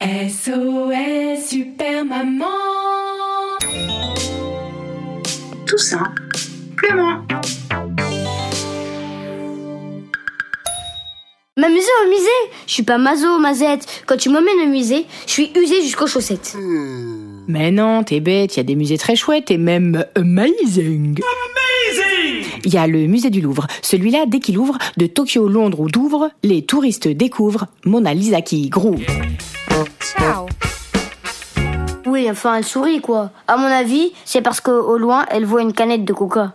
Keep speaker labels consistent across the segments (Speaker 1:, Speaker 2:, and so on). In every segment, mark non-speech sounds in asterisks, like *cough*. Speaker 1: SOS Super Maman Tout simplement
Speaker 2: M'amuser au musée Je suis pas mazo, mazette. Quand tu m'emmènes au musée, je suis usée jusqu'aux chaussettes.
Speaker 3: Mais non, t'es bête, il y a des musées très chouettes et même amazing. Il y a le musée du Louvre. Celui-là, dès qu'il ouvre, de Tokyo, Londres ou Douvres, les touristes découvrent Mona Lisa qui groove.
Speaker 2: Oui, enfin, elle sourit, quoi. À mon avis, c'est parce qu'au loin, elle voit une canette de coca.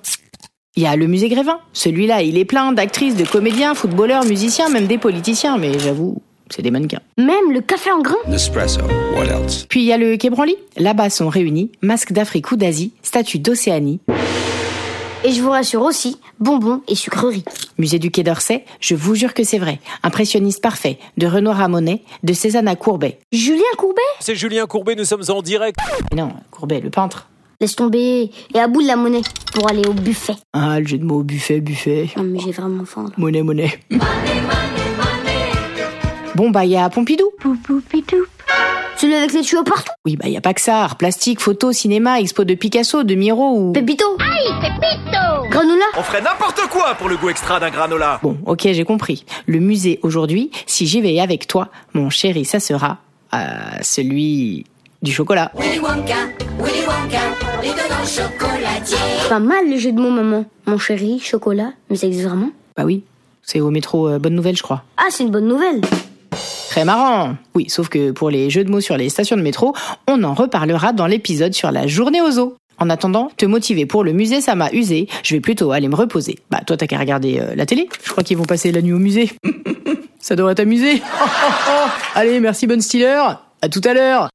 Speaker 3: Il y a le musée Grévin. Celui-là, il est plein d'actrices, de comédiens, footballeurs, musiciens, même des politiciens, mais j'avoue, c'est des mannequins.
Speaker 2: Même le café en grain
Speaker 4: Nespresso. What else?
Speaker 3: Puis il y a le Quai Branly. Là-bas sont réunis masques d'Afrique ou d'Asie, statues d'Océanie,
Speaker 2: Et je vous rassure aussi, bonbons et sucreries.
Speaker 3: musée du Quai d'Orsay. Je vous jure que c'est vrai. Impressionniste parfait, de Renoir à Monet, de Cézanne à Courbet.
Speaker 2: Julien Courbet
Speaker 5: C'est Julien Courbet, nous sommes en direct.
Speaker 3: Mais non, Courbet, le peintre.
Speaker 2: Laisse tomber et à bout de la monnaie pour aller au buffet.
Speaker 3: Ah, le jeu de mots, buffet, buffet.
Speaker 2: Non, mais j'ai vraiment faim, là.
Speaker 3: Monnaie, monnaie. Bon, bah, il y a Pompidou.
Speaker 2: Celui avec les tuyaux partout
Speaker 3: Oui, bah, il y a pas que ça. Art plastique, photo, cinéma, expo de Picasso, de Miro ou.
Speaker 2: Pépito Aïe, Pépito Granola
Speaker 5: On ferait n'importe quoi pour le goût extra d'un granola.
Speaker 3: Bon, ok, j'ai compris. Le musée aujourd'hui, si j'y vais avec toi, mon chéri, ça sera. euh, celui. du chocolat.
Speaker 2: Pas mal le jeu de mon maman. Mon chéri, chocolat, mais ça existe vraiment
Speaker 3: Bah oui. C'est au métro euh, Bonne Nouvelle, je crois.
Speaker 2: Ah, c'est une bonne nouvelle
Speaker 3: Très marrant Oui, sauf que pour les jeux de mots sur les stations de métro, on en reparlera dans l'épisode sur la journée aux eaux. En attendant, te motiver pour le musée, ça m'a usé. Je vais plutôt aller me reposer. Bah, toi, t'as qu'à regarder euh, la télé. Je crois qu'ils vont passer la nuit au musée. *laughs* ça devrait t'amuser. *laughs* Allez, merci, bonne Stiller. À tout à l'heure.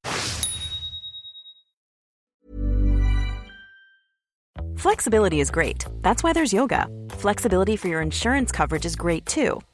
Speaker 6: Flexibility is great. That's why there's yoga. Flexibility for your insurance coverage is great too.